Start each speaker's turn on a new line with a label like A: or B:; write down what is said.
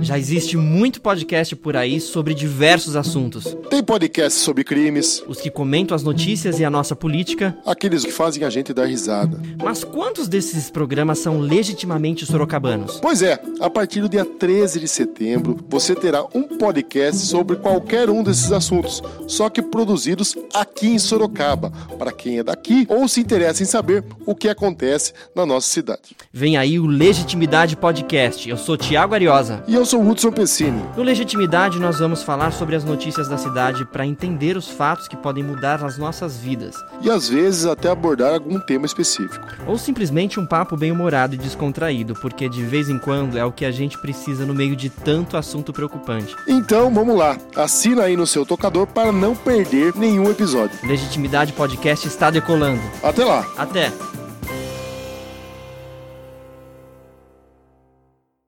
A: Já existe muito podcast por aí sobre diversos assuntos.
B: Tem podcast sobre crimes,
A: Os que comentam as notícias e a nossa política.
B: aqueles que fazem a gente dar risada.
A: Mas quantos desses programas são legitimamente sorocabanos?
B: Pois é, a partir do dia 13 de setembro, você terá um podcast sobre qualquer um desses assuntos, só que produzidos aqui em Sorocaba, para quem é daqui ou se interessa em saber o que acontece na nossa cidade.
A: Vem aí o Legitimidade Podcast. Eu sou Tiago Ariosa.
B: E eu sou Hudson Pessini.
A: No Legitimidade, nós vamos falar sobre as notícias da cidade para entender os fatos que podem mudar as nossas vidas.
B: E às vezes até abordar algum tema específico.
A: Ou simplesmente um papo bem humorado e descontraído, porque de vez em quando é o que a gente precisa no meio de tanto assunto preocupante.
B: Então vamos lá, assina aí no seu tocador para não perder nenhum episódio.
A: Legitimidade Podcast está decolando.
B: Até lá!
A: Até!